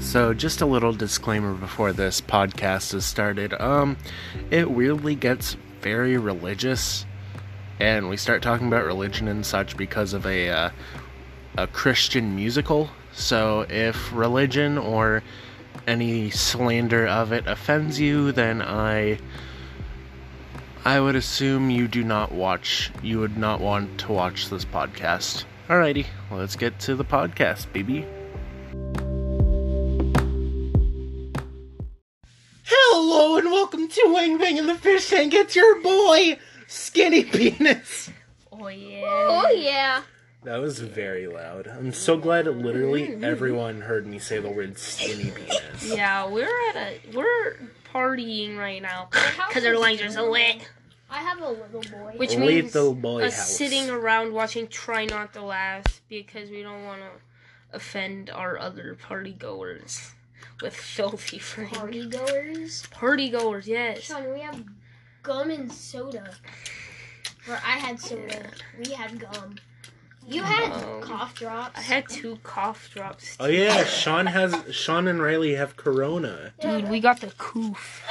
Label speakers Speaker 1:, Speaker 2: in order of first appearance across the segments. Speaker 1: So, just a little disclaimer before this podcast is started. Um, it weirdly gets very religious, and we start talking about religion and such because of a uh, a Christian musical. So, if religion or any slander of it offends you, then I I would assume you do not watch. You would not want to watch this podcast. Alrighty, let's get to the podcast, baby. Hello and welcome to Wang Bang and the Fish Tank. It's your boy, Skinny Penis.
Speaker 2: Oh yeah.
Speaker 3: Oh yeah.
Speaker 1: That was very loud. I'm so glad that literally everyone heard me say the word skinny penis.
Speaker 2: Yeah, we're at a we're partying right now
Speaker 3: house
Speaker 2: because our
Speaker 3: is
Speaker 2: lines are so
Speaker 3: big.
Speaker 2: wet,
Speaker 3: I have a little boy.
Speaker 2: which means
Speaker 1: Little boy
Speaker 2: us
Speaker 1: house.
Speaker 2: sitting around watching Try Not to Laugh because we don't want to offend our other party goers with filthy friends.
Speaker 3: party goers?
Speaker 2: Party goers, yes.
Speaker 3: Sean, we have gum and soda. Or I had soda. We had gum. You had
Speaker 2: Um,
Speaker 3: cough drops.
Speaker 2: I had two cough drops.
Speaker 1: Oh yeah, Sean has Sean and Riley have corona.
Speaker 2: Dude, we got the coof.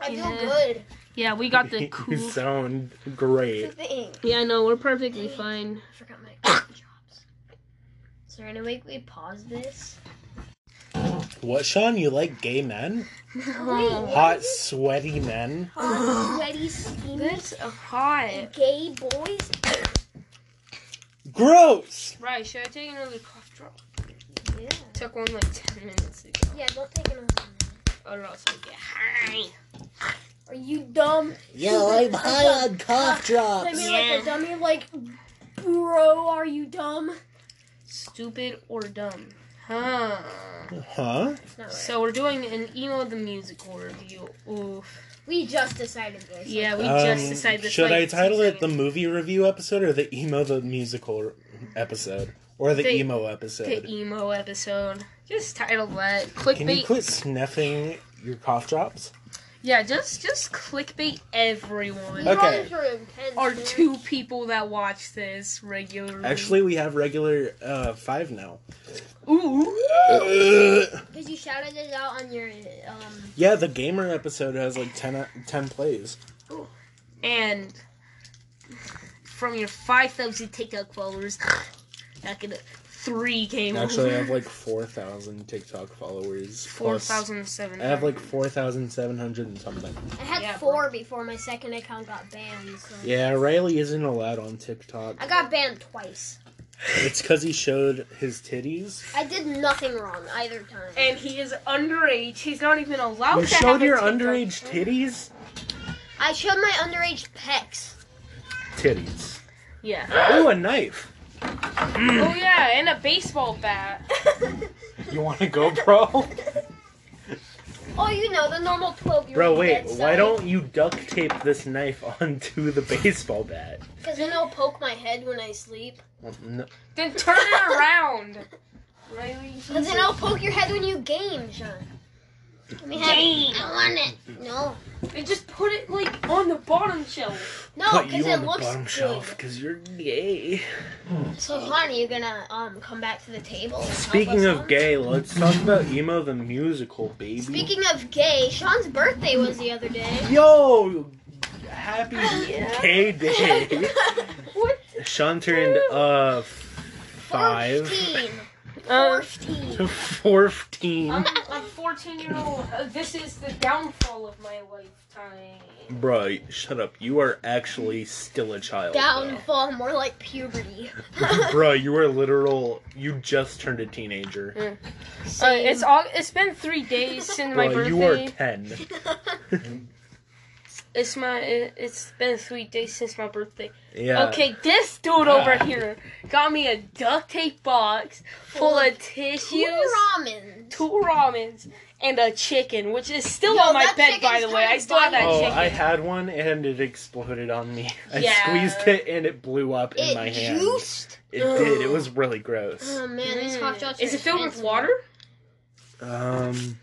Speaker 3: I feel
Speaker 2: Yeah.
Speaker 3: good.
Speaker 2: Yeah, we got the
Speaker 1: you
Speaker 2: coof.
Speaker 1: sound great.
Speaker 3: thing.
Speaker 2: Yeah, no, we're perfectly fine.
Speaker 3: I forgot my cough drops. So we're gonna make we pause this.
Speaker 1: What, Sean? You like gay men?
Speaker 3: Wait,
Speaker 1: Hot, sweaty men?
Speaker 3: hot, sweaty, steamy,
Speaker 2: That's a hot.
Speaker 3: gay boys.
Speaker 1: Gross!
Speaker 2: Right, should I take another cough drop?
Speaker 3: Yeah.
Speaker 2: Took one like 10 minutes ago.
Speaker 3: Yeah. Don't take another. one.
Speaker 2: Or else I get high.
Speaker 3: Are you dumb?
Speaker 1: Yeah, I'm high on cough
Speaker 3: I
Speaker 1: drops.
Speaker 3: mean, like
Speaker 2: Yeah.
Speaker 3: a dummy. Like, bro, are you dumb?
Speaker 2: Stupid or dumb? Huh.
Speaker 1: Huh?
Speaker 3: It's not right.
Speaker 2: So we're doing an emo the musical review. Oof.
Speaker 3: We just decided this.
Speaker 2: Yeah, we
Speaker 1: Um,
Speaker 2: just decided this.
Speaker 1: Should
Speaker 2: like,
Speaker 1: I title it the
Speaker 2: season-
Speaker 1: movie review episode or the emo the musical episode or the,
Speaker 2: The-
Speaker 1: emo episode?
Speaker 2: the e- emo episode? Just title that
Speaker 1: Can you
Speaker 2: clickbait.
Speaker 1: quit sniffing your cough drops?
Speaker 2: yeah, just just clickbait everyone.
Speaker 3: You
Speaker 1: Okay.
Speaker 3: guys are intense.
Speaker 2: Or
Speaker 3: man.
Speaker 2: two people that watch this regularly.
Speaker 1: Actually, we have regular uh, five now.
Speaker 2: ooh.
Speaker 3: Because you shouted it out on your um.
Speaker 1: yeah, the gamer episode has like 10, 10 plays.
Speaker 2: and from your 5,000 TikTok followers, not gonna three came
Speaker 1: Actually, I
Speaker 2: over.
Speaker 1: have like 4,000 TikTok followers. plus-
Speaker 2: 4,007.
Speaker 1: I have like 4,700 and something.
Speaker 3: I had
Speaker 2: Yeah,
Speaker 3: four before my second account got banned. So.
Speaker 1: Yeah, Riley isn't allowed on TikTok.
Speaker 3: I got banned twice.
Speaker 1: It's because he showed his titties.
Speaker 3: I did nothing wrong either time.
Speaker 2: And he is underage. He's not even allowed
Speaker 1: You
Speaker 2: Oh, to
Speaker 1: showed
Speaker 2: have a
Speaker 1: your
Speaker 2: TikTok.
Speaker 1: underage titties?
Speaker 3: I showed my underage pecs.
Speaker 1: Titties.
Speaker 2: Yeah.
Speaker 1: Ooh, a knife.
Speaker 2: oh, yeah, and a baseball bat.
Speaker 1: You want to go, bro?
Speaker 3: oh, you know the normal twelve year
Speaker 1: Bro,
Speaker 3: old.
Speaker 1: wait. Why don't you duct tape this knife onto the baseball bat?
Speaker 3: Because then I'll poke my head when I sleep.
Speaker 1: Well, no-
Speaker 2: Then turn it around. Riley.
Speaker 3: Because then I'll poke your head when you game, Sean. Let me have
Speaker 2: Game.
Speaker 3: it. I want it. No.
Speaker 2: And just put it, like, on the bottom shelf.
Speaker 3: No, because it looks good.
Speaker 1: because you're gay.
Speaker 3: So Sean, are you gonna um come back to the table? and help
Speaker 1: Speaking
Speaker 3: us
Speaker 1: of
Speaker 3: out?
Speaker 1: gay, let's talk about emo the musical, baby.
Speaker 3: Speaking of gay, Sean's birthday was the other day.
Speaker 1: Yo, happy gay day.
Speaker 2: What?
Speaker 1: Sean turned uh five
Speaker 3: Fourteen.
Speaker 2: Um,
Speaker 3: Fourteen.
Speaker 1: to fourteen.
Speaker 2: I'm a 14 year old. This is the downfall of my lifetime.
Speaker 1: Bro, shut up. You are actually still a child.
Speaker 3: Downfall, more like puberty.
Speaker 2: Uh,
Speaker 1: bro. Bro, you are literal. You just turned a teenager.
Speaker 2: Uh,
Speaker 3: Same.
Speaker 2: it's all. It's been three days since my
Speaker 1: Bro,
Speaker 2: birthday.
Speaker 1: you are ten.
Speaker 2: It's my. It, it's been three days since my birthday.
Speaker 1: Yeah.
Speaker 2: Okay, this dude over here got me a duct tape box full of
Speaker 3: Two
Speaker 2: tissues,
Speaker 3: ramen.
Speaker 2: two ramens, and a chicken, which is still
Speaker 3: Yo,
Speaker 2: on my
Speaker 3: that
Speaker 2: bed. By
Speaker 3: chicken's
Speaker 2: the way,
Speaker 3: kinda
Speaker 2: I still have that
Speaker 1: Oh,
Speaker 2: chicken.
Speaker 1: I had one and it exploded on me. I
Speaker 2: Yeah.
Speaker 1: squeezed it and it blew up in my
Speaker 3: It
Speaker 1: hand.
Speaker 3: juiced.
Speaker 1: It did. It was really gross.
Speaker 3: Oh
Speaker 2: Uh-huh.
Speaker 3: man, these cough drops.
Speaker 2: Mm. is
Speaker 3: are
Speaker 2: it filled with
Speaker 3: expensive.
Speaker 2: water?
Speaker 1: Um,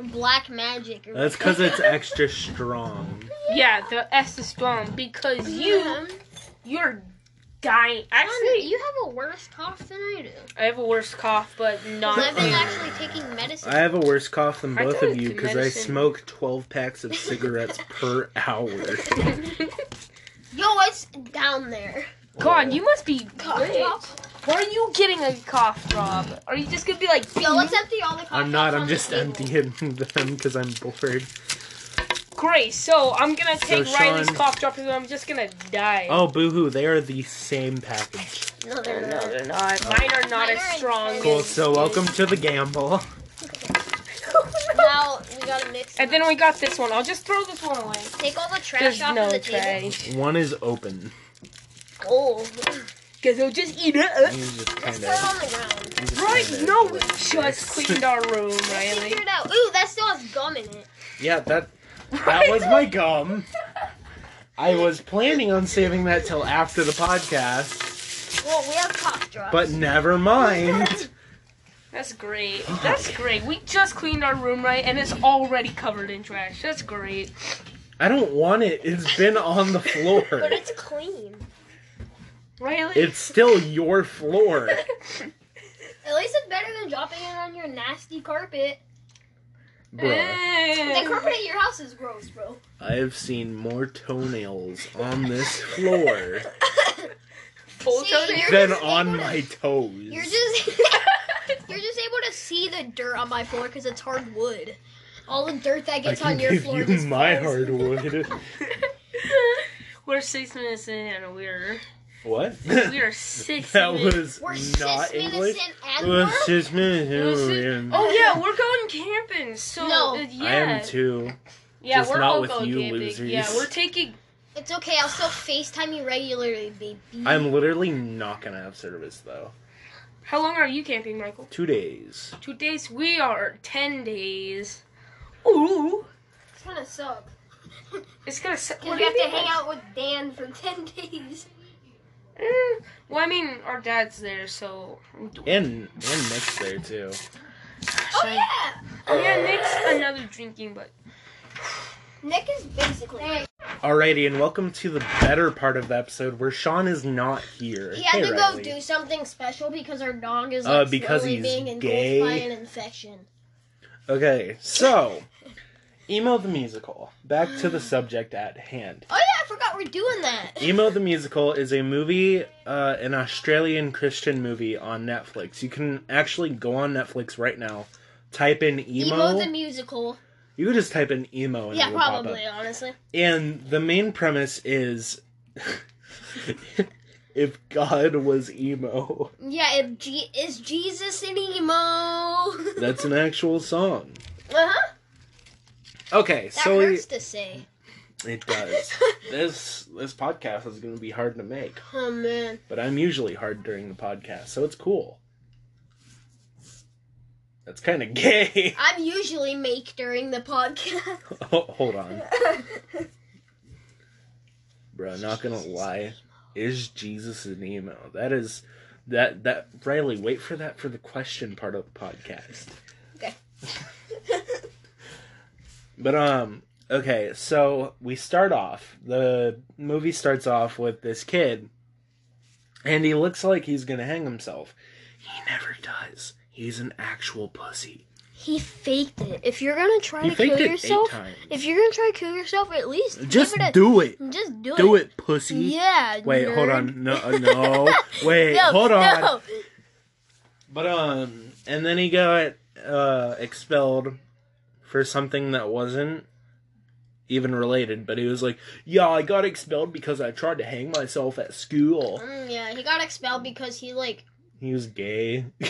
Speaker 3: Black magic. Or
Speaker 1: that's because it's extra strong.
Speaker 2: Yeah, the S is strong because you
Speaker 3: Mhm.
Speaker 2: you're dying.
Speaker 3: Actually,
Speaker 2: Actually,
Speaker 3: you have a worse cough than I do.
Speaker 2: I have a worse cough, but not.
Speaker 3: Levin's actually taking medicine.
Speaker 1: I have a worse cough than
Speaker 2: I
Speaker 1: both
Speaker 2: thought
Speaker 1: of you
Speaker 2: it's
Speaker 1: because I
Speaker 2: medicine.
Speaker 1: smoke 12 packs of cigarettes per hour.
Speaker 3: Yo, it's down there.
Speaker 2: God, you must be
Speaker 3: Cough
Speaker 2: lit.
Speaker 3: drops.
Speaker 2: Where are you getting a cough from? Are you just gonna be like,
Speaker 3: Yo, let's empty all the cough
Speaker 1: I'm not,
Speaker 3: drops
Speaker 1: I'm
Speaker 3: on the
Speaker 1: just
Speaker 3: table.
Speaker 1: emptying them because I'm bored.
Speaker 2: great? So I'm gonna take Riley's
Speaker 1: Sean-
Speaker 2: cough drops and I'm just gonna die.
Speaker 1: Oh, boohoo, they are the same package.
Speaker 3: No,
Speaker 2: no,
Speaker 3: they're not.
Speaker 2: they're not. Mine are not
Speaker 3: Mine
Speaker 2: as
Speaker 3: are
Speaker 2: strong.
Speaker 3: intense.
Speaker 1: Cool,
Speaker 2: as
Speaker 1: so welcome to the gamble.
Speaker 3: Now we gotta mix.
Speaker 2: And
Speaker 3: them
Speaker 2: then we got this one. I'll just throw this one away.
Speaker 3: up. take all the trash
Speaker 2: There's
Speaker 3: off
Speaker 2: no
Speaker 3: of the table.
Speaker 2: trash.
Speaker 1: One is open.
Speaker 3: Oh,
Speaker 2: Cause they'll just eat it.
Speaker 1: You just
Speaker 3: let's
Speaker 1: kind
Speaker 3: throw it
Speaker 1: of.
Speaker 3: on the ground.
Speaker 2: Right? No, we just cleaned our room,
Speaker 3: Let's
Speaker 2: Riley.
Speaker 3: figure it out. Ooh, that still has gum in it.
Speaker 1: Yeah, that that was my gum. I was planning on saving that till after the podcast,
Speaker 3: Well, we have cough drops.
Speaker 1: but never mind.
Speaker 2: That's great. That's great. We just cleaned our room, right? And it's already covered in trash. That's great.
Speaker 1: I don't want it. It's been on the floor.
Speaker 3: but it's clean.
Speaker 2: Riley.
Speaker 1: It's still your floor.
Speaker 3: At least it's better than dropping it on your nasty carpet.
Speaker 1: Bruh,
Speaker 3: The
Speaker 2: Eh.
Speaker 3: carpet at your house is gross, bro.
Speaker 1: I've seen more toenails on this floor
Speaker 2: Full
Speaker 3: See,
Speaker 2: toenail.
Speaker 3: you're-
Speaker 1: than on my toes.
Speaker 3: You're just you're just able to see the dirt on my floor because it's hardwood. All the dirt that
Speaker 1: I
Speaker 3: gets
Speaker 1: can
Speaker 3: on your
Speaker 1: give
Speaker 3: floor.
Speaker 1: you
Speaker 3: just
Speaker 1: my
Speaker 3: falls.
Speaker 1: hardwood.
Speaker 2: We're six minutes in and we're
Speaker 1: what?
Speaker 2: we are six
Speaker 1: that was
Speaker 2: minutes.
Speaker 3: We're
Speaker 1: not
Speaker 3: six
Speaker 1: English. Oh,
Speaker 3: minutes in
Speaker 1: It
Speaker 3: and
Speaker 1: was
Speaker 3: we're-
Speaker 1: six minutes.
Speaker 2: It was six-
Speaker 1: in.
Speaker 2: Oh yeah, we're going camping. So
Speaker 3: No.
Speaker 2: uh, yeah,
Speaker 1: I am too.
Speaker 2: yeah,
Speaker 1: just
Speaker 2: we're
Speaker 1: not
Speaker 2: all
Speaker 1: with
Speaker 2: going
Speaker 1: you
Speaker 2: camping.
Speaker 1: losers.
Speaker 2: Yeah, we're taking.
Speaker 3: It's okay. I'll still FaceTime you regularly, baby.
Speaker 1: I'm literally not gonna have service though.
Speaker 2: How long are you camping, Michael?
Speaker 1: Two days.
Speaker 2: Two days. We are ten days. Ooh,
Speaker 3: It's gonna suck.
Speaker 2: it's gonna. Set,
Speaker 3: Cause we have to hang out with Dan for ten days.
Speaker 2: Mm, well, I mean, our dad's there, so.
Speaker 1: And and Nick's there too.
Speaker 3: Oh yeah.
Speaker 2: Oh yeah, Nick's another drinking, but
Speaker 3: Nick is basically.
Speaker 1: Alrighty, and welcome to the better part of the episode where Sean is not here.
Speaker 3: He had
Speaker 1: Hey,
Speaker 3: to
Speaker 1: Riley.
Speaker 3: go do something special because our dog is
Speaker 1: Uh,
Speaker 3: like
Speaker 1: because
Speaker 3: slowly
Speaker 1: he's
Speaker 3: being engulfed
Speaker 1: gay?
Speaker 3: by an infection.
Speaker 1: Okay, so emo the musical. Back to the subject at hand.
Speaker 3: Oh yeah, I forgot we're doing that.
Speaker 1: Emo the Musical is a movie, uh, an Australian Christian movie on Netflix. You can actually go on Netflix right now, type in emo.
Speaker 3: Emo the musical.
Speaker 1: you could just type in emo and
Speaker 3: Yeah,
Speaker 1: it will pop
Speaker 3: probably,
Speaker 1: up.
Speaker 3: honestly.
Speaker 1: And the main premise is if God was emo.
Speaker 3: Yeah, if G- is Jesus an emo? uh
Speaker 1: That's an actual song.
Speaker 3: huh.
Speaker 1: Okay,
Speaker 3: Uh-huh. That
Speaker 1: so
Speaker 3: hurts
Speaker 1: it,
Speaker 3: to say.
Speaker 1: it does. this this podcast is going to be hard to make,
Speaker 3: Oh man.
Speaker 1: but I'm usually hard during the podcast, so it's cool. That's kind of gay.
Speaker 3: I'm usually make during the podcast.
Speaker 1: Oh, hold on. Bro, not gonna lie. Is Jesus an emo? That is that that Riley, wait for that for the question part of the podcast.
Speaker 3: Okay.
Speaker 1: But um okay, so we start off. The movie starts off with this kid and he looks like he's gonna hang himself. He never does. He's an actual pussy.
Speaker 3: he faked it. If you're gonna try
Speaker 1: He
Speaker 3: to kill
Speaker 1: faked it
Speaker 3: yourself,
Speaker 1: eight times.
Speaker 3: if you're gonna try to kill yourself, at least
Speaker 1: Just
Speaker 3: give it a,
Speaker 1: do it.
Speaker 3: Just do,
Speaker 1: Do it, pussy.
Speaker 3: Yeah.
Speaker 1: Wait,
Speaker 3: nerd.
Speaker 1: hold on. No, uh, no. Wait,
Speaker 3: No,
Speaker 1: hold on.
Speaker 3: no.
Speaker 1: But um, and then he got uh expelled for something that wasn't even related. But he was like, "Yeah, I got expelled because I tried to hang myself at school."
Speaker 3: Mm, yeah, he got expelled because he like
Speaker 1: He was gay.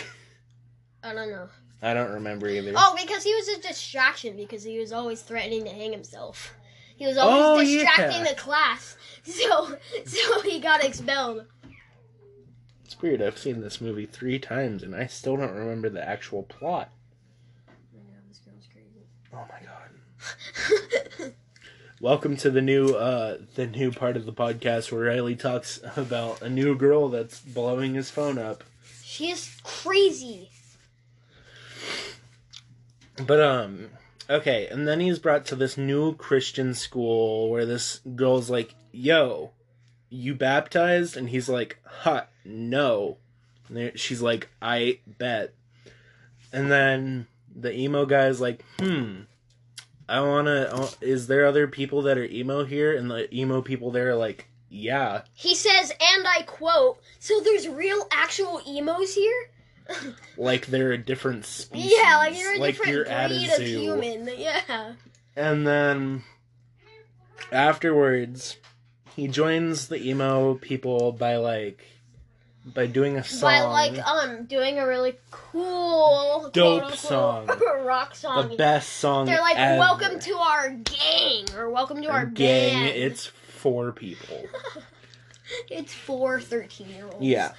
Speaker 3: I don't know.
Speaker 1: I don't remember either.
Speaker 3: Oh, because he was a distraction because he was always threatening to hang himself. He was
Speaker 1: Oh,
Speaker 3: always
Speaker 1: yeah.
Speaker 3: distracting the class. So so he got expelled.
Speaker 1: It's weird. I've seen this movie three times and I still don't remember the actual plot. Oh my god. Welcome to the new uh the new part of the podcast where Riley talks about a new girl that's blowing his phone up.
Speaker 3: she is crazy.
Speaker 1: But um okay, and then he's brought to this new Christian school where this girl's like, "Yo, you baptized? And he's like, huh, no. And they- she's like, I bet. And then the emo guy's like, hmm, I wanna, uh, is there other people that are emo here? And the emo people there are like, yeah.
Speaker 3: He says, and I quote, so there's real actual emos here?
Speaker 1: Like they're a different species.
Speaker 3: Yeah, like you're a different
Speaker 1: you're at a
Speaker 3: breed of
Speaker 1: zoo.
Speaker 3: human. Yeah.
Speaker 1: And then afterwards, he joins the emo people by like by doing a song.
Speaker 3: By like um doing a really cool
Speaker 1: Dope
Speaker 3: quote-unquote, rock song.
Speaker 1: the best song.
Speaker 3: um, They're like,
Speaker 1: ever.
Speaker 3: welcome to our gang or welcome to our,
Speaker 1: Our gang.
Speaker 3: band.
Speaker 1: It's four people.
Speaker 3: it's four 13 year olds.
Speaker 1: Yeah.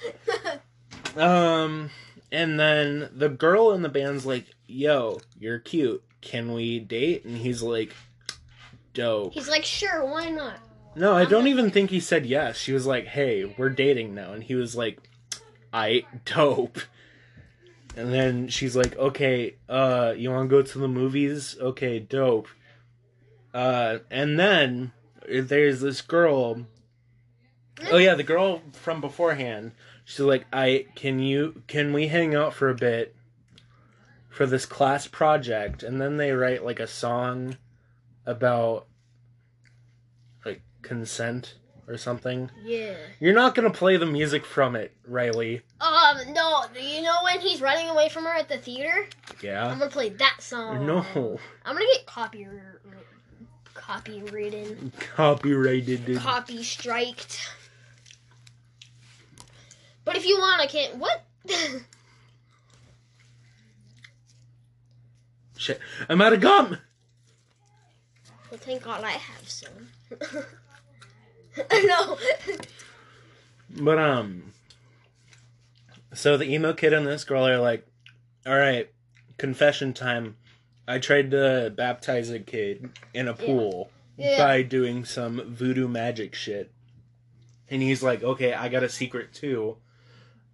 Speaker 1: Um, and then the girl in the band's like, "Yo, you're cute. Can we date?" And he's like, "Dope."
Speaker 3: He's like, sure, why not?
Speaker 1: No, I
Speaker 3: I'm
Speaker 1: don't
Speaker 3: not-
Speaker 1: even think he said yes. She was like, "Hey, we're dating now," and he was like, "I dope." And then she's like, "Okay, uh, you want to go to the movies? Okay, dope." Uh, and then there's this girl. Oh yeah, the girl from beforehand. She's like, "I can you can we hang out for a bit for this class project?" And then they write like a song about like consent or something.
Speaker 3: Yeah.
Speaker 1: You're not gonna play the music from it, Riley.
Speaker 3: Um, no, you know when he's running away from her at the theater? I'm
Speaker 1: Yeah.
Speaker 3: gonna play that song.
Speaker 1: No.
Speaker 3: I'm gonna get copy copywritten.
Speaker 1: Copyrighted. dude.
Speaker 3: Copy striked. But if you want I can't what?
Speaker 1: Shit. I'm out of gum.
Speaker 3: well thank god I have some. no.
Speaker 1: But um. So the emo kid and this girl are like, all right, confession time. I tried to baptize a kid in a pool
Speaker 3: Yeah.
Speaker 1: by doing some voodoo magic shit. And he's like, okay, I got a secret too.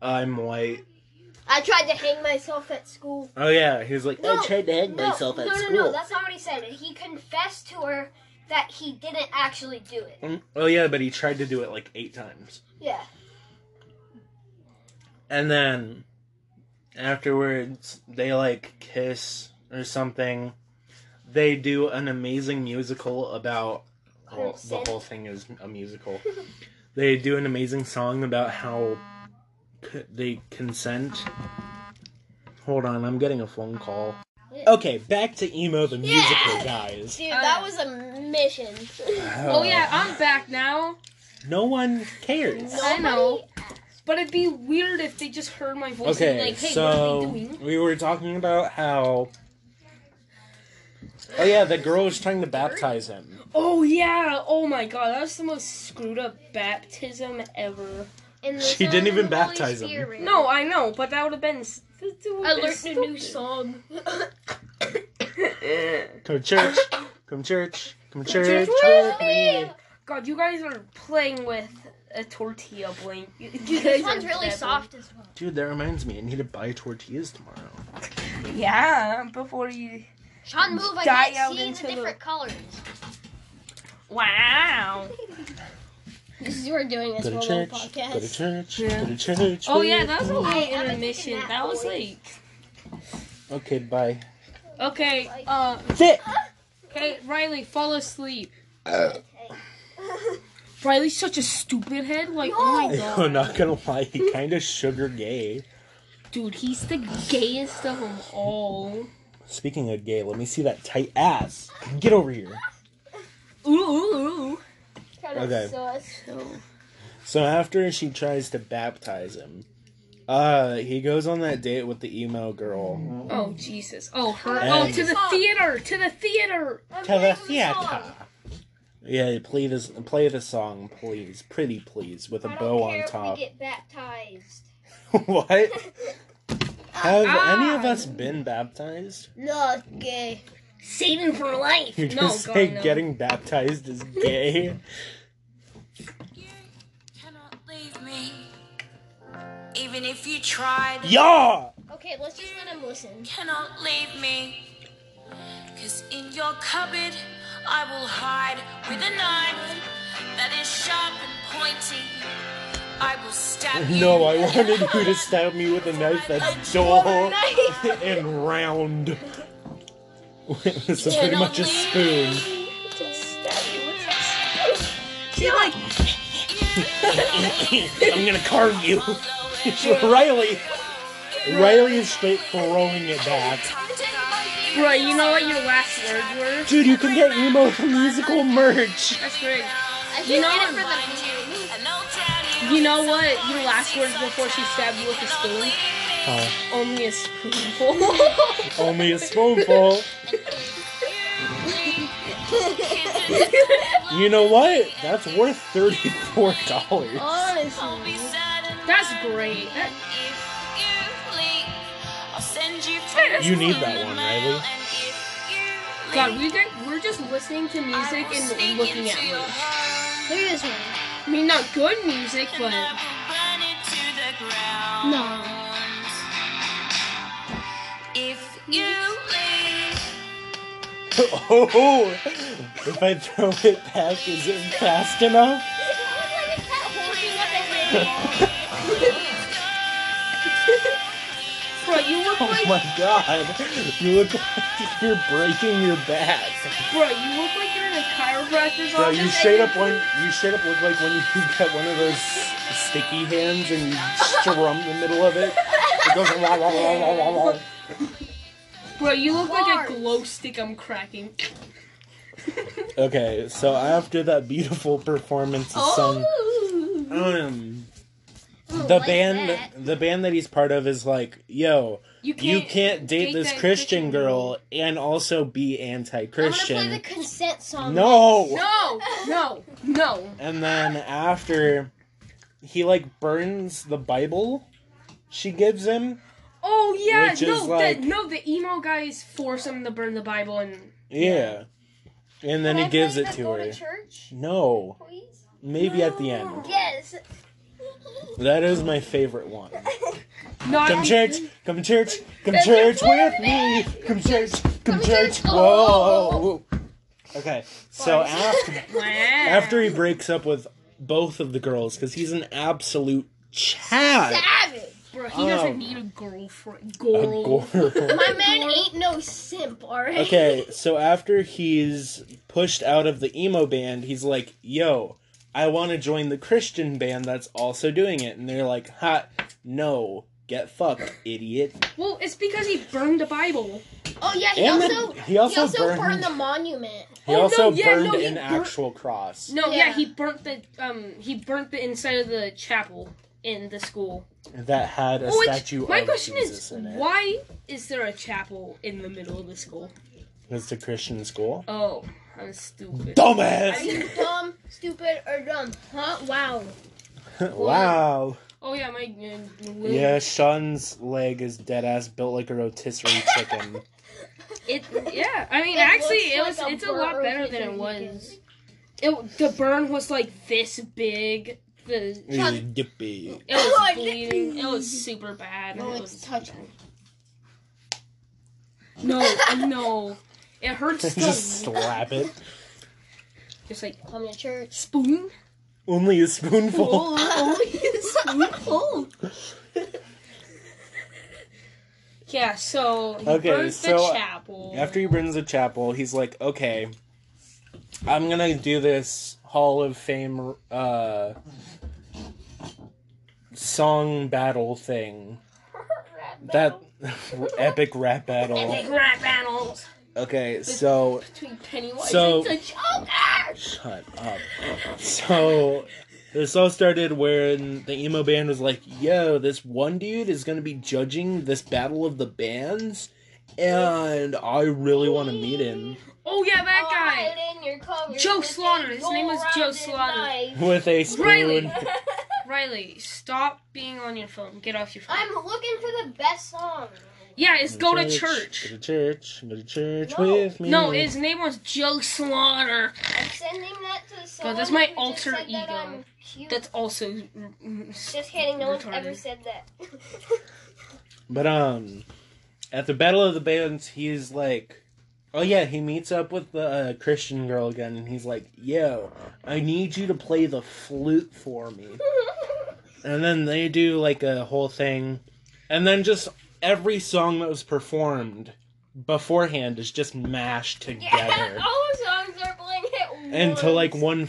Speaker 1: I'm white.
Speaker 3: I tried to hang myself at school.
Speaker 1: Oh yeah, he was like,
Speaker 3: No,
Speaker 1: I tried to hang
Speaker 3: No,
Speaker 1: myself at
Speaker 3: no,
Speaker 1: school.
Speaker 3: no, no, that's not what he said. He confessed to her that he didn't actually do it.
Speaker 1: Mm, Oh yeah, but he tried to do it like eight times,
Speaker 3: Yeah.
Speaker 1: and then afterwards they like kiss or something. They do an amazing musical about well, the
Speaker 3: Consent.
Speaker 1: whole thing is a musical. they do an amazing song about how c- they consent. Hold on, I'm getting a phone call. Okay, back to emo the musical,
Speaker 3: Yeah.
Speaker 1: guys.
Speaker 3: Dude,
Speaker 2: Oh,
Speaker 3: that
Speaker 2: yeah.
Speaker 3: was a mission.
Speaker 2: Oh yeah, I'm back now.
Speaker 1: no one cares.
Speaker 2: I know. But it'd be weird if they just heard my voice
Speaker 1: Okay,
Speaker 2: and be like, hey,
Speaker 1: so
Speaker 2: what are they doing?
Speaker 1: we were talking about how. Oh yeah, the girl was trying to baptize him.
Speaker 2: Oh yeah, oh my god, that was the most screwed up baptism ever.
Speaker 3: And the
Speaker 1: She
Speaker 3: Son
Speaker 1: didn't
Speaker 3: and
Speaker 1: even
Speaker 3: the Holy
Speaker 1: baptize him.
Speaker 3: Spirit.
Speaker 2: No, I know, but that would have been. s- that would've
Speaker 3: I
Speaker 2: been
Speaker 3: learned a new
Speaker 2: stupid.
Speaker 3: song.
Speaker 1: Come to church, come church, come church,
Speaker 2: church
Speaker 1: with
Speaker 2: with
Speaker 1: me.
Speaker 2: God, you guys are playing with a tortilla blank. You guys
Speaker 3: This one's
Speaker 2: are
Speaker 3: really
Speaker 2: devil.
Speaker 3: soft as well.
Speaker 1: Dude, that reminds me, I need to buy tortillas tomorrow.
Speaker 2: Yeah, before you.
Speaker 3: Sean, move. I
Speaker 2: Die
Speaker 3: can't
Speaker 2: out
Speaker 3: see
Speaker 2: into
Speaker 3: the
Speaker 2: the-
Speaker 3: different colors.
Speaker 2: Wow.
Speaker 3: This is we're doing this
Speaker 1: Go to
Speaker 3: whole
Speaker 1: church,
Speaker 3: podcast.
Speaker 1: go to church,
Speaker 2: Yeah.
Speaker 1: go to church.
Speaker 2: Oh
Speaker 1: with
Speaker 2: yeah, that was a
Speaker 1: me.
Speaker 2: little
Speaker 3: I- I was thinking
Speaker 2: intermission.
Speaker 3: that
Speaker 2: That was
Speaker 3: voice.
Speaker 2: like.
Speaker 1: Okay, bye.
Speaker 2: Okay, uh,
Speaker 1: Sit.
Speaker 2: okay, Riley, fall asleep. Riley's such a stupid head. Like, oh my
Speaker 1: I'm
Speaker 2: god,
Speaker 1: not gonna lie, he kind of sugar gay.
Speaker 2: dude, he's the gayest of them all.
Speaker 1: Speaking of gay, let me see that tight ass. Get over here.
Speaker 2: Ooh, ooh, ooh.
Speaker 3: Kind of
Speaker 1: Okay.
Speaker 3: sus.
Speaker 2: So,
Speaker 1: So after she tries to baptize him, uh, he goes on that date with the emo girl.
Speaker 2: oh Jesus, oh her,
Speaker 1: Mm. And-
Speaker 2: oh to the theater, to the theater.
Speaker 3: I'm
Speaker 1: To the
Speaker 3: playing some
Speaker 1: theater.
Speaker 3: song.
Speaker 1: Yeah, play this, play the song, please, pretty please, with a
Speaker 3: I don't
Speaker 1: bow
Speaker 3: care
Speaker 1: on
Speaker 3: if
Speaker 1: top.
Speaker 3: We get baptized.
Speaker 1: what? Have any of
Speaker 2: Ah.
Speaker 1: us been baptized?
Speaker 3: No, gay.
Speaker 2: Saving for life.
Speaker 1: You
Speaker 2: no,
Speaker 1: just
Speaker 2: God,
Speaker 1: say
Speaker 2: no.
Speaker 1: getting baptized is gay.
Speaker 4: You cannot leave me. Even if you tried, you
Speaker 1: yeah.
Speaker 3: Okay, let's just let him listen.
Speaker 4: cannot leave me. Cause in your cupboard, I will hide with a knife that is sharp and point to you. I will stab you.
Speaker 1: No, I wanted you to stab me with a knife that's dull
Speaker 3: knife.
Speaker 1: and round. this is
Speaker 4: Can
Speaker 1: pretty much a
Speaker 4: only-
Speaker 1: spoon.
Speaker 3: She like
Speaker 1: I'm gonna carve you. Riley. Riley is straight throwing it back.
Speaker 2: Bro, you know what your last words were?
Speaker 1: Dude, you can get emo musical merch.
Speaker 2: That's great.
Speaker 3: I should
Speaker 2: You know-
Speaker 3: get it for the movie.
Speaker 2: You know what? Your last words before she stabbed you with a spoon?
Speaker 1: Oh,
Speaker 2: Only a spoonful.
Speaker 1: only a spoonful. You know what? That's worth thirty-four dollars.
Speaker 3: Honestly.
Speaker 2: That's great. That,
Speaker 1: You need that one, Riley.
Speaker 2: God, we get, we're just listening to music and looking at movies.
Speaker 3: Look at this one.
Speaker 2: I mean, not good music, but
Speaker 3: No.
Speaker 4: If you leave,
Speaker 1: Oh, if I throw it back, is it fast enough?
Speaker 2: bro, you look
Speaker 1: Oh
Speaker 2: like
Speaker 1: my god, you look like you're breaking your back.
Speaker 2: bro, you look like you're in a chiropractor's
Speaker 1: Bro,
Speaker 2: office.
Speaker 1: you
Speaker 2: and
Speaker 1: straight up one. You straight up look like when you got one of those sticky hands and you strum the middle of it. It goes wah wah wah wah wah wah.
Speaker 2: Bro, you look like
Speaker 3: Bars.
Speaker 2: a glow stick I'm cracking.
Speaker 1: Okay, so after that beautiful performance of some,
Speaker 2: Oh.
Speaker 1: um, the band, the band that he's part of is like, yo,
Speaker 2: You
Speaker 1: you can't date this
Speaker 2: that
Speaker 1: Christian girl and also be
Speaker 3: I'm gonna play the
Speaker 1: anti-Christian.
Speaker 3: consent song.
Speaker 1: No.
Speaker 2: No, no, no.
Speaker 1: And then after he like burns the Bible she gives him.
Speaker 2: Oh yeah,
Speaker 1: Which is
Speaker 2: no,
Speaker 1: like-
Speaker 2: the, no. The emo guys force him to burn the Bible, and
Speaker 1: Yeah. And then he gives it to her.
Speaker 3: church,
Speaker 1: No.
Speaker 3: please?
Speaker 1: Maybe at the end.
Speaker 3: Yes.
Speaker 1: That is my favorite one.
Speaker 2: no, I
Speaker 1: Come
Speaker 2: don't-
Speaker 1: church, come church, come church with me. Come church, come church. Whoa. Okay. So after
Speaker 2: Wow.
Speaker 1: after he breaks up with both of the girls because he's an absolute Chad.
Speaker 3: Savage.
Speaker 2: Bro, he doesn't
Speaker 1: Um,
Speaker 2: need a girlfriend.
Speaker 1: A
Speaker 2: Girl.
Speaker 1: girl.
Speaker 3: My man ain't no simp, alright?
Speaker 1: Okay, so after he's pushed out of the emo band, he's like, "Yo, I want to join the Christian band that's also doing it." And they're like, "Ha, no, get fucked, idiot."
Speaker 2: Well, it's because he burned the Bible.
Speaker 3: Oh yeah, he
Speaker 1: And
Speaker 3: also
Speaker 1: then- he
Speaker 3: he
Speaker 1: also
Speaker 3: also,
Speaker 1: burned-
Speaker 3: burned, the monument.
Speaker 1: He
Speaker 2: Oh,
Speaker 1: also
Speaker 2: no, yeah,
Speaker 1: burned
Speaker 2: no, he
Speaker 1: an
Speaker 2: bur-
Speaker 1: actual cross.
Speaker 2: No, yeah.
Speaker 3: Yeah.
Speaker 2: he burnt the um, he burnt the inside of the chapel in the school.
Speaker 1: that had a
Speaker 2: Which
Speaker 1: statue
Speaker 2: Oh, my
Speaker 1: of
Speaker 2: question
Speaker 1: Jesus
Speaker 2: is,
Speaker 1: in it.
Speaker 2: why is there a chapel in the middle of the school?
Speaker 1: It's a Christian school.
Speaker 2: Oh, I'm stupid.
Speaker 3: Are
Speaker 1: Dumbass!
Speaker 3: you dumb, stupid, or dumb? Huh? Wow.
Speaker 1: wow.
Speaker 2: Oh yeah, my uh, little-
Speaker 1: Yeah, Sean's leg is dead ass built like a rotisserie chicken.
Speaker 2: It yeah. I mean,
Speaker 3: It
Speaker 2: actually,
Speaker 3: looks
Speaker 2: it
Speaker 3: like
Speaker 2: was.
Speaker 3: a
Speaker 2: it's a lot
Speaker 3: burnt
Speaker 2: better than it
Speaker 3: rotisserie
Speaker 2: was. It the burn was like this big. The
Speaker 1: Yippee.
Speaker 2: it was
Speaker 3: God.
Speaker 2: bleeding. It was super bad.
Speaker 3: No,
Speaker 2: it
Speaker 3: it's
Speaker 2: was
Speaker 3: touching.
Speaker 2: No, no. It hurts the
Speaker 1: Just slap it.
Speaker 2: just like
Speaker 3: Come to church.
Speaker 2: spoon.
Speaker 1: Only a spoonful.
Speaker 2: Oh, spoonful. Yeah, so he
Speaker 1: Okay,
Speaker 2: burnt
Speaker 1: so uh,
Speaker 2: the chapel.
Speaker 1: After he burns the chapel, he's like, okay, I'm gonna do this Hall of Fame uh, song battle thing. That epic rap battle.
Speaker 2: big rat battles
Speaker 1: Okay, so
Speaker 2: between Pennywise
Speaker 1: So-
Speaker 2: and the Joker.
Speaker 1: shut up. So this all started when the emo band was like, "Yo, this one dude is gonna be judging this battle of the bands, and I really want to meet him."
Speaker 2: Oh yeah, that guy. Joe Slaughter. His name was Joe Slaughter.
Speaker 1: With a spoon.
Speaker 2: Riley. Riley, stop being on your phone. Get off your phone.
Speaker 3: I'm looking for the best song.
Speaker 2: yeah, it's go to church.
Speaker 1: Go to church. Go to church
Speaker 3: No.
Speaker 1: with me.
Speaker 2: No, his name was Joe Slaughter.
Speaker 3: I'm sending that to someone.
Speaker 2: that's my
Speaker 3: who just
Speaker 2: alter
Speaker 3: said that
Speaker 2: ego.
Speaker 3: I'm cute.
Speaker 2: That's also. mm, mm, s-
Speaker 3: Just kidding, no one's ever
Speaker 2: retarded.
Speaker 3: said that.
Speaker 1: But um, at the battle of the bands, he's like, Oh yeah, he meets up with the uh, Christian girl again, and he's like, "Yo, I need you to play the flute for me." and then they do like a whole thing, and then just every song that was performed beforehand is just mashed
Speaker 2: Oh,
Speaker 1: together
Speaker 3: all the songs are playing it
Speaker 1: into like
Speaker 3: once.
Speaker 1: one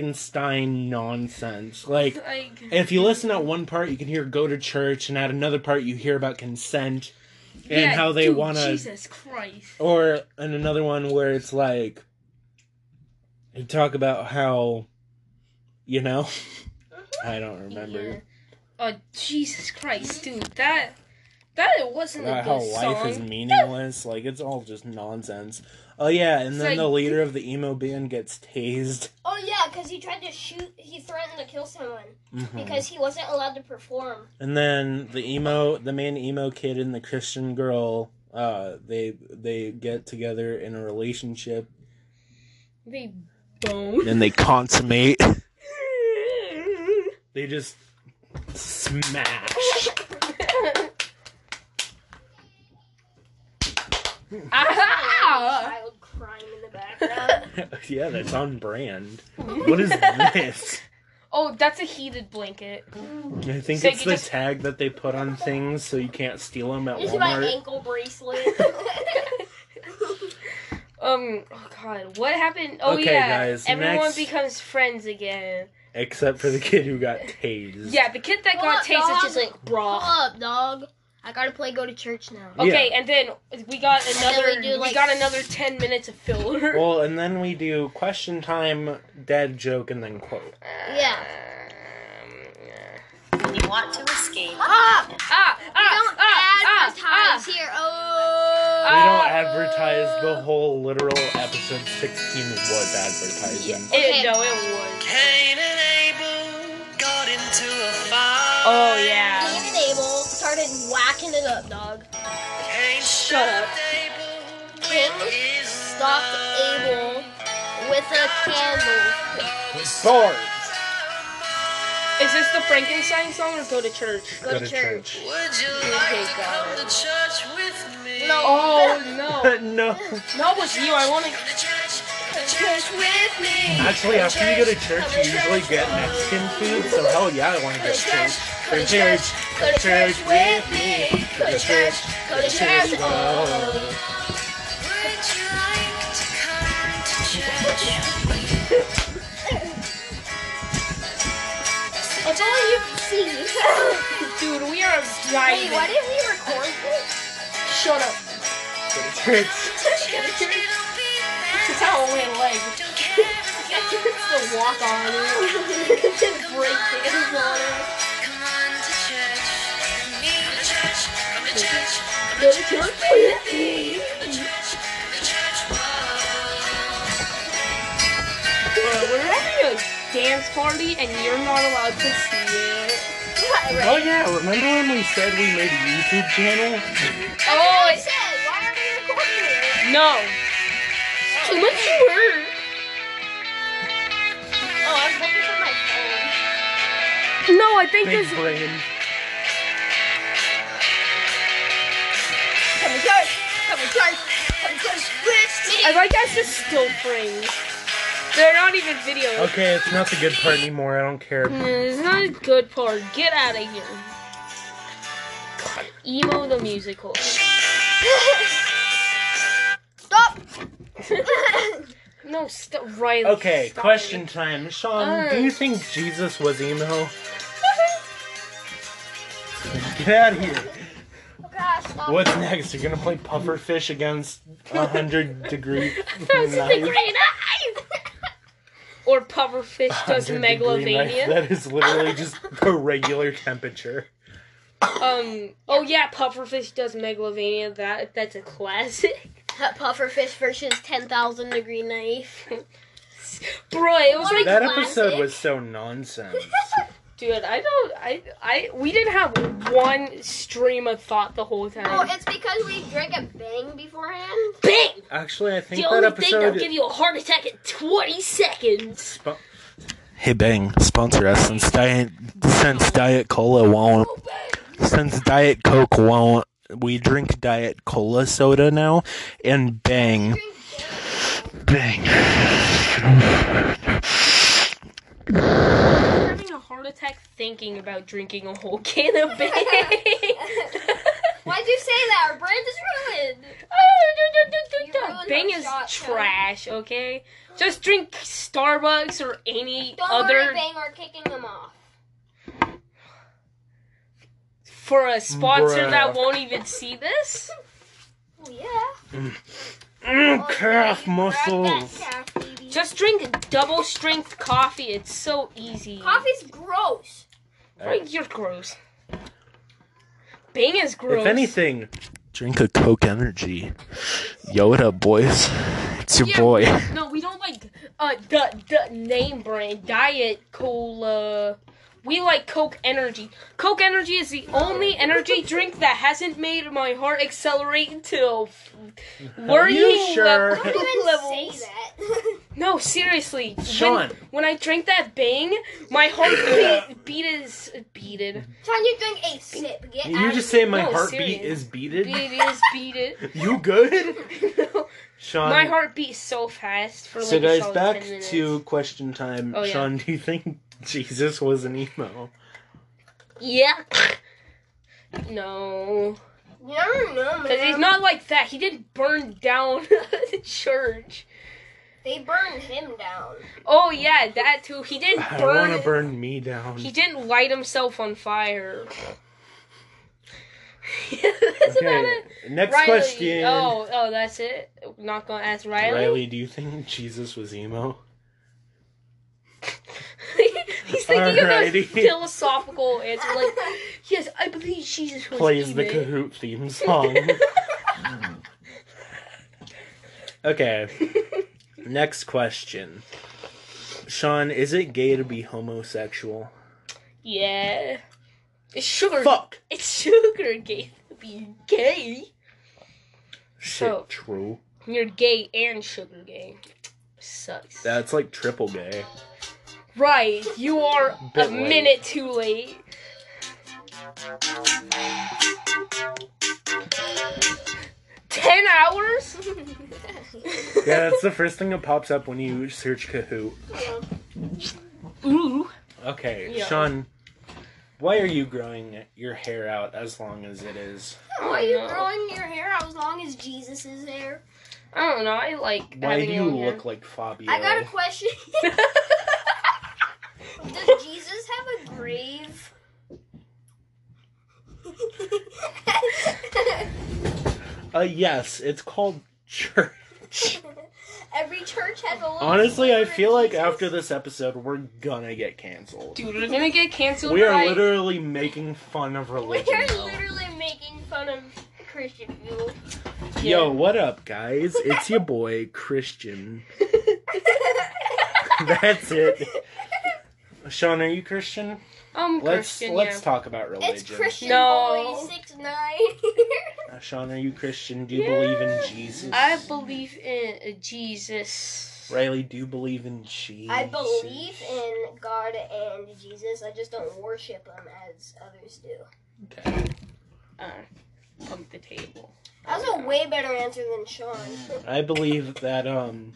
Speaker 1: Frankenstein nonsense. Like
Speaker 2: Like,
Speaker 1: if you listen at one part, you can hear "Go to Church," and at another part, you hear about consent and
Speaker 2: yeah,
Speaker 1: how they Oh,
Speaker 2: dude,
Speaker 1: want to
Speaker 2: Jesus Christ.
Speaker 1: or and another one where it's like you talk about how you know I don't remember
Speaker 2: Oh, Jesus Christ, dude. That that it wasn't a
Speaker 1: about
Speaker 2: good
Speaker 1: how life
Speaker 2: song.
Speaker 1: is meaningless. Like it's all just nonsense. Oh yeah, and
Speaker 2: It's
Speaker 1: then
Speaker 2: like-
Speaker 1: the leader of the emo band gets tased.
Speaker 3: Oh yeah, because he tried to shoot. He threatened to kill someone
Speaker 1: Mhm.
Speaker 3: because he wasn't allowed to perform.
Speaker 1: And then the emo, the main emo kid and the Christian girl, uh, they they get together in a relationship
Speaker 2: They bone.
Speaker 1: and they consummate. They just smash.
Speaker 2: Ah!
Speaker 3: Child crying in the background.
Speaker 1: yeah, that's on brand. What is this?
Speaker 2: Oh, that's a heated blanket.
Speaker 1: I think
Speaker 2: So
Speaker 1: it's
Speaker 2: you
Speaker 1: the
Speaker 2: just-
Speaker 1: tag that they put on things so you can't steal them at
Speaker 3: This is my
Speaker 1: Walmart.
Speaker 3: ankle bracelet.
Speaker 2: Um, oh god, what happened? Oh
Speaker 1: Okay,
Speaker 2: yeah,
Speaker 1: guys,
Speaker 2: everyone
Speaker 1: next-
Speaker 2: becomes friends again.
Speaker 1: Except for the kid who got tased.
Speaker 2: Yeah, the kid that
Speaker 3: Pull
Speaker 2: got
Speaker 3: up,
Speaker 2: tased is
Speaker 3: dog.
Speaker 2: just like,
Speaker 3: Pull
Speaker 2: bruh.
Speaker 3: up, dog. I gotta play. Go to church now.
Speaker 1: Yeah.
Speaker 2: Okay, and then we got
Speaker 3: then
Speaker 2: another.
Speaker 3: we
Speaker 2: We,
Speaker 3: do, like-
Speaker 2: got another ten minutes of filler.
Speaker 1: Well, and then we do question time, dad joke, and then quote.
Speaker 3: Yeah.
Speaker 2: Um,
Speaker 5: When you want to escape,
Speaker 3: Ah!
Speaker 2: ah, ah,
Speaker 3: We don't
Speaker 2: ah, ah,
Speaker 3: advertise here. Oh.
Speaker 1: We don't
Speaker 2: Uh,
Speaker 1: advertise the whole literal episode 16 was advertising.
Speaker 2: Yeah,
Speaker 3: Okay.
Speaker 2: it, no, it was.
Speaker 6: Cain and Abel got into a fight.
Speaker 2: Oh yeah.
Speaker 3: Cain and Abel started whacking it up, dog.
Speaker 6: Cain
Speaker 2: Shut up.
Speaker 6: stabbed Abel
Speaker 3: Cain
Speaker 6: with his
Speaker 3: stopped Abel with a candle.
Speaker 1: Sword!
Speaker 2: Is this the Frankenstein song or go to church?
Speaker 3: Go, to church.
Speaker 6: Would you like to come
Speaker 2: God.
Speaker 6: to church with me?
Speaker 3: No.
Speaker 2: Oh no,
Speaker 1: no.
Speaker 2: no, it was you. I want to.
Speaker 6: Come to church, come to church with me.
Speaker 1: Actually, after you go to church, you usually get Mexican food, so hell yeah, I want to go to church. Go to church. Go to church with me. Go to church. Go to church. Oh.
Speaker 6: Would you like to come to church with me?
Speaker 3: That's all you can see.
Speaker 2: Dude, we are
Speaker 3: Wait,
Speaker 2: diving.
Speaker 3: why did we record this?
Speaker 2: Shut up.
Speaker 1: Go to church.
Speaker 6: Church, it'll be
Speaker 2: That's
Speaker 6: there.
Speaker 2: how it went. Like
Speaker 6: Don't care if you're
Speaker 2: it's the walk on it. Break dance on it.
Speaker 6: Come on to church with me. Come to church, come to church, come
Speaker 2: Go to church with me.
Speaker 6: to church, come to church. Oh.
Speaker 2: We're having a dance party and you're not allowed to see it.
Speaker 1: Oh yeah, remember when we said we made a YouTube channel?
Speaker 2: Oh, it's,
Speaker 3: Why are we recording it?
Speaker 2: no. Too much work.
Speaker 3: Oh, I was looking for my phone.
Speaker 2: No, I think
Speaker 1: Big
Speaker 2: this.
Speaker 1: brain.
Speaker 3: Come to church. Come to church. Come to church with
Speaker 2: I like that's just still frames. They're not even videos.
Speaker 1: Okay, it's not the good part anymore. I don't care.
Speaker 2: Mm, It's not a good part. Get out of here. God, emo the musical.
Speaker 3: Stop.
Speaker 2: No, st- Riley.
Speaker 1: Okay,
Speaker 2: stop
Speaker 1: question
Speaker 2: it.
Speaker 1: time. Sean, do you think Jesus was emo? Get out of here.
Speaker 3: Oh, Gosh, stop.
Speaker 1: What's next? You're gonna play pufferfish against a hundred degree
Speaker 2: That's the
Speaker 1: knife?
Speaker 2: great eyes. Or pufferfish does
Speaker 1: 100 degree knife.
Speaker 2: megalovania.
Speaker 1: That is literally just the regular temperature.
Speaker 2: Um. Oh yeah, pufferfish does megalovania. That that's a classic.
Speaker 3: That pufferfish versus 10,000 degree knife.
Speaker 2: Bro, it was
Speaker 3: What
Speaker 2: like,
Speaker 1: That
Speaker 3: Classic.
Speaker 1: episode was so nonsense.
Speaker 2: dude, I don't, I, I, we didn't have one stream of thought the whole
Speaker 3: Oh,
Speaker 2: time.
Speaker 3: it's because we drank a bang beforehand.
Speaker 2: Bang!
Speaker 1: Actually, I think
Speaker 2: The
Speaker 1: that
Speaker 2: only thing that'll
Speaker 1: episode.
Speaker 2: give you a heart attack in 20 seconds.
Speaker 1: Spo- hey Bang, sponsor us since diet since diet cola won't since diet coke won't. we drink diet cola soda now, and bang, bang.
Speaker 2: I'm having a heart attack thinking about drinking a whole can of Bang.
Speaker 3: Why'd you say that? Our brand is ruined. You ruined
Speaker 2: Bang
Speaker 3: our
Speaker 2: is
Speaker 3: shot, Cody.
Speaker 2: trash, okay? Just drink Starbucks or any
Speaker 3: Don't
Speaker 2: other
Speaker 3: worry, Bang, we're kicking them off.
Speaker 2: for a sponsor
Speaker 1: Bruh.
Speaker 2: that won't even see this.
Speaker 3: Oh, yeah.
Speaker 1: Mm, calf
Speaker 3: Grab that
Speaker 1: muscles.
Speaker 3: calf, baby.
Speaker 2: Just drink double strength coffee. It's so easy.
Speaker 3: Coffee's gross.
Speaker 2: Frank, you're gross. Bang is gross.
Speaker 1: If anything, drink a Coke Energy. Yoda, boys. It's your
Speaker 2: Yeah.
Speaker 1: boy.
Speaker 2: No, we don't like uh the the name brand diet cola. We like Coke Energy. Coke Energy is the only energy drink that hasn't made my heart accelerate to f- worrying
Speaker 1: sure?
Speaker 2: level-
Speaker 3: Don't even
Speaker 2: levels.
Speaker 3: say that.
Speaker 2: No, seriously. when-
Speaker 1: Sean.
Speaker 2: When, I drank that bang, my heart beat, beat is beated.
Speaker 3: Sean, you drink a sip. Get
Speaker 1: You
Speaker 3: out
Speaker 1: just
Speaker 3: of
Speaker 1: say my
Speaker 2: No,
Speaker 1: heartbeat
Speaker 2: serious.
Speaker 1: is beated.
Speaker 2: Beat is beated.
Speaker 1: You good, Sean?
Speaker 2: my heart beats so fast for like
Speaker 1: so
Speaker 2: a
Speaker 1: guys,
Speaker 2: solid
Speaker 1: back
Speaker 2: 10 minutes.
Speaker 1: to question time.
Speaker 2: Oh, yeah.
Speaker 1: Sean, do you think Jesus was an emo?
Speaker 2: yeah. No.
Speaker 3: No, no,
Speaker 2: Because he's
Speaker 3: man.
Speaker 2: not like that. He didn't burn down the church.
Speaker 3: They burned him down.
Speaker 2: Oh yeah, that too. He didn't
Speaker 1: I
Speaker 2: burn.
Speaker 1: want to burn me down.
Speaker 2: He didn't light himself on fire. that's about
Speaker 1: Okay,
Speaker 2: it.
Speaker 1: next
Speaker 2: Riley.
Speaker 1: question.
Speaker 2: Oh, oh, that's it. Not gonna ask Riley.
Speaker 1: Riley, do you think Jesus was emo?
Speaker 2: he's thinking of a
Speaker 1: Alrighty.
Speaker 2: philosophical answer. Like, yes, I believe Jesus was
Speaker 1: Plays the
Speaker 2: human."
Speaker 1: Kahoot theme song. okay, next question. Sean, is it gay to be homosexual?
Speaker 2: yeah. It's sugar.
Speaker 1: Fuck.
Speaker 2: It's sugar gay. Be gay.
Speaker 1: Shit,
Speaker 2: So-
Speaker 1: true.
Speaker 2: You're gay and sugar gay. Sucks.
Speaker 1: That's like triple gay.
Speaker 2: right, you are a
Speaker 1: Bit late.
Speaker 2: minute too late. Ten hours?
Speaker 1: Yeah, that's the first thing that pops up when you search Kahoot.
Speaker 2: Ooh.
Speaker 1: Okay,
Speaker 2: Yeah.
Speaker 1: Sean, why are you growing your hair out as long as it is?
Speaker 3: Why are you
Speaker 2: no.
Speaker 3: growing your hair out as long as Jesus is there?
Speaker 2: I don't know. I like.
Speaker 1: Why do
Speaker 2: having
Speaker 1: you
Speaker 2: long hair.
Speaker 1: look like Fabio?
Speaker 3: I got a question. Does Jesus have a grave?
Speaker 1: Uh, yes, it's called church.
Speaker 3: Every church has a little.
Speaker 1: Honestly, I
Speaker 3: corner
Speaker 1: feel like
Speaker 3: Jesus.
Speaker 1: after this episode, we're gonna get canceled.
Speaker 2: Dude, we're gonna get canceled.
Speaker 1: We are
Speaker 2: by-
Speaker 1: literally making fun of
Speaker 3: We are
Speaker 1: religion. now.
Speaker 3: literally making fun of Christian people.
Speaker 1: Yo, what up, guys? It's your boy, Christian. That's it. Sean, are you Christian?
Speaker 2: I'm
Speaker 1: Let's
Speaker 2: Christian.
Speaker 1: let's
Speaker 2: yeah.
Speaker 1: talk about religion.
Speaker 3: It's Christian
Speaker 2: No.
Speaker 3: boy six nine.
Speaker 1: Uh, Sean, are you Christian? Do you
Speaker 2: Yeah.
Speaker 1: believe in Jesus?
Speaker 2: I believe in uh, Jesus.
Speaker 1: Riley, do you believe in Jesus?
Speaker 3: I believe in God and Jesus. I just don't worship him as others do.
Speaker 2: Uh, pump the table.
Speaker 3: That was a way better answer than Sean.
Speaker 1: I believe that um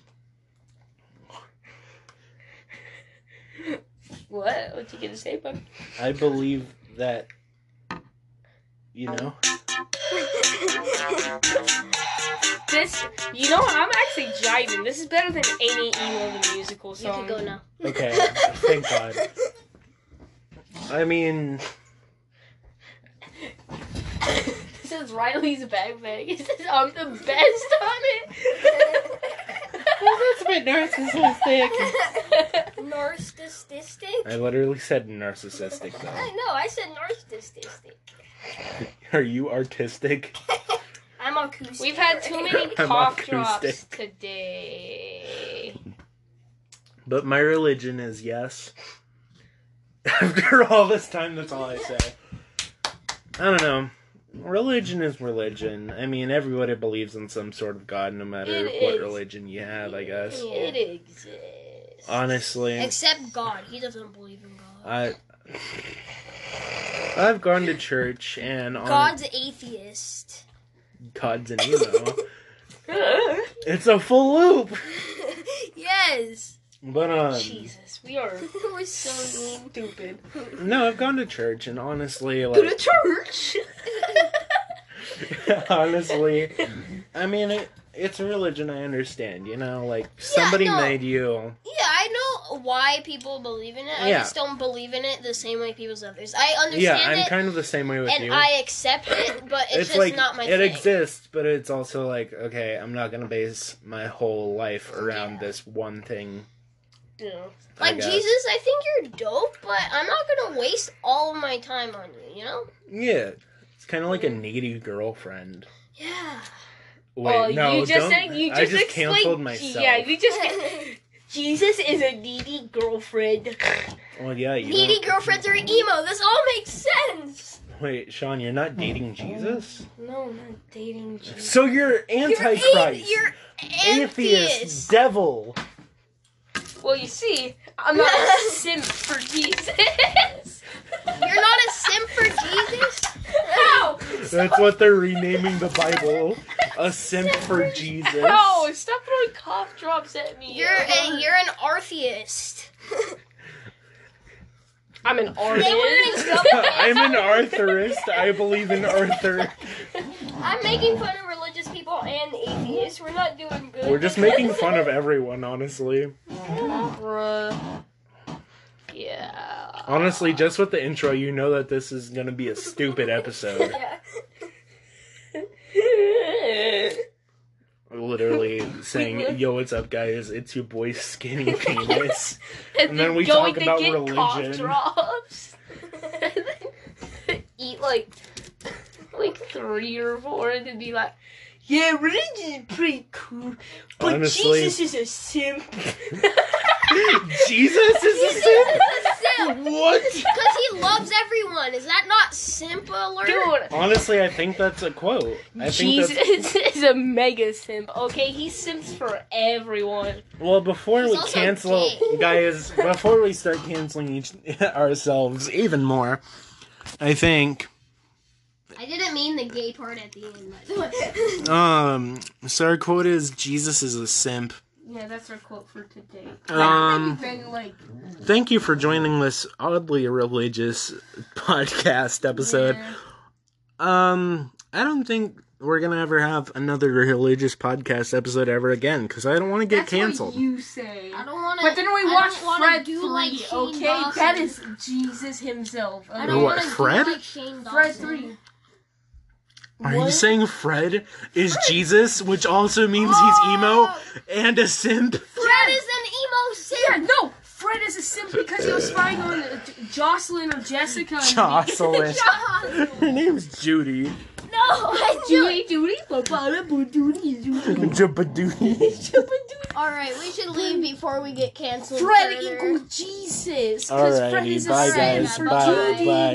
Speaker 2: What? What you gonna say, bud?
Speaker 1: I believe that you
Speaker 3: Um.
Speaker 1: know.
Speaker 2: This, you know, I'm actually jiving. This is better than any emo the musical
Speaker 3: you
Speaker 2: song.
Speaker 3: can go now.
Speaker 1: Okay, thank God. I mean,
Speaker 2: This is Riley's backpack. It says I'm the best on it.
Speaker 1: that's a bit narcissistic.
Speaker 3: Narcissistic?
Speaker 1: I literally said narcissistic
Speaker 3: I
Speaker 1: though.
Speaker 3: know, I said narcissistic.
Speaker 1: Are you artistic?
Speaker 3: I'm acoustic.
Speaker 2: We've had too many
Speaker 1: I'm
Speaker 2: cough drops
Speaker 1: acoustic.
Speaker 2: today.
Speaker 1: But my religion is yes. After all this time, that's all I say. I don't know. Religion is religion. I mean, everybody believes in some sort of God, no matter
Speaker 2: It
Speaker 1: what
Speaker 2: is.
Speaker 1: religion you have, I guess.
Speaker 2: It exists.
Speaker 1: Honestly,
Speaker 3: Except God. He doesn't believe in God.
Speaker 1: I. I've gone to church and on
Speaker 3: God's atheist.
Speaker 1: God's and emo. It's a full loop.
Speaker 3: yes.
Speaker 1: But um
Speaker 2: Jesus, we are
Speaker 3: We're so mean.
Speaker 2: stupid.
Speaker 1: no, I've gone to church and honestly
Speaker 2: Go to
Speaker 1: like
Speaker 2: church.
Speaker 1: honestly I mean it it's a religion I understand, you know, like somebody
Speaker 3: no.
Speaker 1: made you
Speaker 3: Yeah, I know why people believe in it. I
Speaker 1: Yeah.
Speaker 3: just don't believe in it the same way people do others. I understand
Speaker 1: Yeah, I'm
Speaker 3: it
Speaker 1: kind of the same way with
Speaker 3: and
Speaker 1: you.
Speaker 3: I accept it, but it's, just
Speaker 1: like
Speaker 3: not my
Speaker 1: it
Speaker 3: thing.
Speaker 1: exists, but it's also like okay, I'm not gonna base my whole life around this one thing.
Speaker 2: yeah.
Speaker 1: I
Speaker 3: like
Speaker 1: guess.
Speaker 3: Jesus, I think you're dope, but I'm not gonna waste all of my time on you. You know?
Speaker 1: Yeah, it's kind of like
Speaker 3: Mm.
Speaker 1: a needy girlfriend.
Speaker 3: Yeah.
Speaker 1: Wait,
Speaker 2: Oh,
Speaker 1: no,
Speaker 2: you just
Speaker 1: don't-
Speaker 2: said you just,
Speaker 1: I just
Speaker 2: explained-
Speaker 1: canceled myself.
Speaker 2: Yeah, you just Jesus is a needy girlfriend.
Speaker 1: well, yeah, you
Speaker 3: Needy
Speaker 1: don't-
Speaker 3: girlfriends are emo. This all makes sense.
Speaker 1: Wait, Sean, you're not dating Jesus,
Speaker 2: No, I'm not dating Jesus.
Speaker 1: so you're antichrist,
Speaker 3: You're, Mm. a- you're
Speaker 1: atheist,
Speaker 3: atheist.
Speaker 1: devil.
Speaker 2: Well, you see, I'm not a simp for Jesus.
Speaker 3: You're not a simp for Jesus.
Speaker 2: Ow!
Speaker 1: That's what they're renaming the Bible, a simp for Jesus.
Speaker 2: Ow! Stop throwing cough drops at me.
Speaker 3: You're a, you're an atheist.
Speaker 2: I'm an artist.
Speaker 1: I'm an Arthurist. I believe in Arthur.
Speaker 3: I'm making fun of religious people and atheists. We're not doing good.
Speaker 1: We're just making fun of everyone, honestly.
Speaker 2: Bruh. Yeah.
Speaker 1: Honestly, just with the intro, you know that this is gonna be a stupid episode. Literally saying, "Yo, what's up, guys? It's your boy Skinny Penis."
Speaker 2: and,
Speaker 1: then we
Speaker 2: going
Speaker 1: talk
Speaker 2: to
Speaker 1: about
Speaker 2: get
Speaker 1: religion.
Speaker 2: cough drops. and then eat like like three or four and then be like, yeah, religion is pretty cool, but
Speaker 1: Honestly-
Speaker 2: Jesus is a simp.
Speaker 1: Jesus is a simp. What?
Speaker 3: Because he loves everyone. Is that not simp alert?
Speaker 2: Dude,
Speaker 1: Honestly, I think that's a quote. I think that's
Speaker 2: Jesus is a mega simp. Okay, he simps for everyone.
Speaker 1: well. Before
Speaker 3: He's
Speaker 1: we
Speaker 3: also
Speaker 1: cancel,
Speaker 3: gay.
Speaker 1: guys, before we start canceling each ourselves even more, I think
Speaker 3: I didn't mean the gay part at the end, by the way.
Speaker 1: um, so our quote is Jesus is a simp.
Speaker 2: Yeah, that's our quote for today.
Speaker 1: Um,
Speaker 2: Been like
Speaker 1: thank you for joining this oddly religious podcast episode. Um, I don't think we're gonna ever have another religious podcast episode ever again because I don't want to get canceled.
Speaker 2: you say.
Speaker 3: I don't want to.
Speaker 2: But then we
Speaker 3: I
Speaker 2: watch
Speaker 3: don't wanna
Speaker 2: Fred
Speaker 3: do
Speaker 2: three,
Speaker 3: like Shane
Speaker 2: okay?
Speaker 3: Dawson.
Speaker 2: That is Jesus himself.
Speaker 3: I
Speaker 2: Okay?
Speaker 3: don't
Speaker 1: What,
Speaker 3: want to
Speaker 1: Fred?
Speaker 3: do like Shane Dawson.
Speaker 2: Fred three.
Speaker 1: Are you saying Fred is Jesus, which also means he's emo
Speaker 2: Oh!
Speaker 1: and a simp?
Speaker 3: Fred is an emo simp.
Speaker 2: Yeah, no. Fred is a simp because he was spying on uh, J- Jocelyn or Jessica. and-
Speaker 1: Jocelyn. Her name's Judy.
Speaker 3: No, I do.
Speaker 2: Judy, Judy, Bobada, Boo, Judy, Judy.
Speaker 1: Jabadoody.
Speaker 3: All right, we should leave before we get canceled.
Speaker 2: Fred
Speaker 3: further.
Speaker 2: equals Jesus. 'cause Fred
Speaker 1: Alrighty,
Speaker 2: is a
Speaker 1: bye
Speaker 2: simp
Speaker 1: guys.
Speaker 2: for
Speaker 1: Bye,
Speaker 2: Judy.
Speaker 1: bye.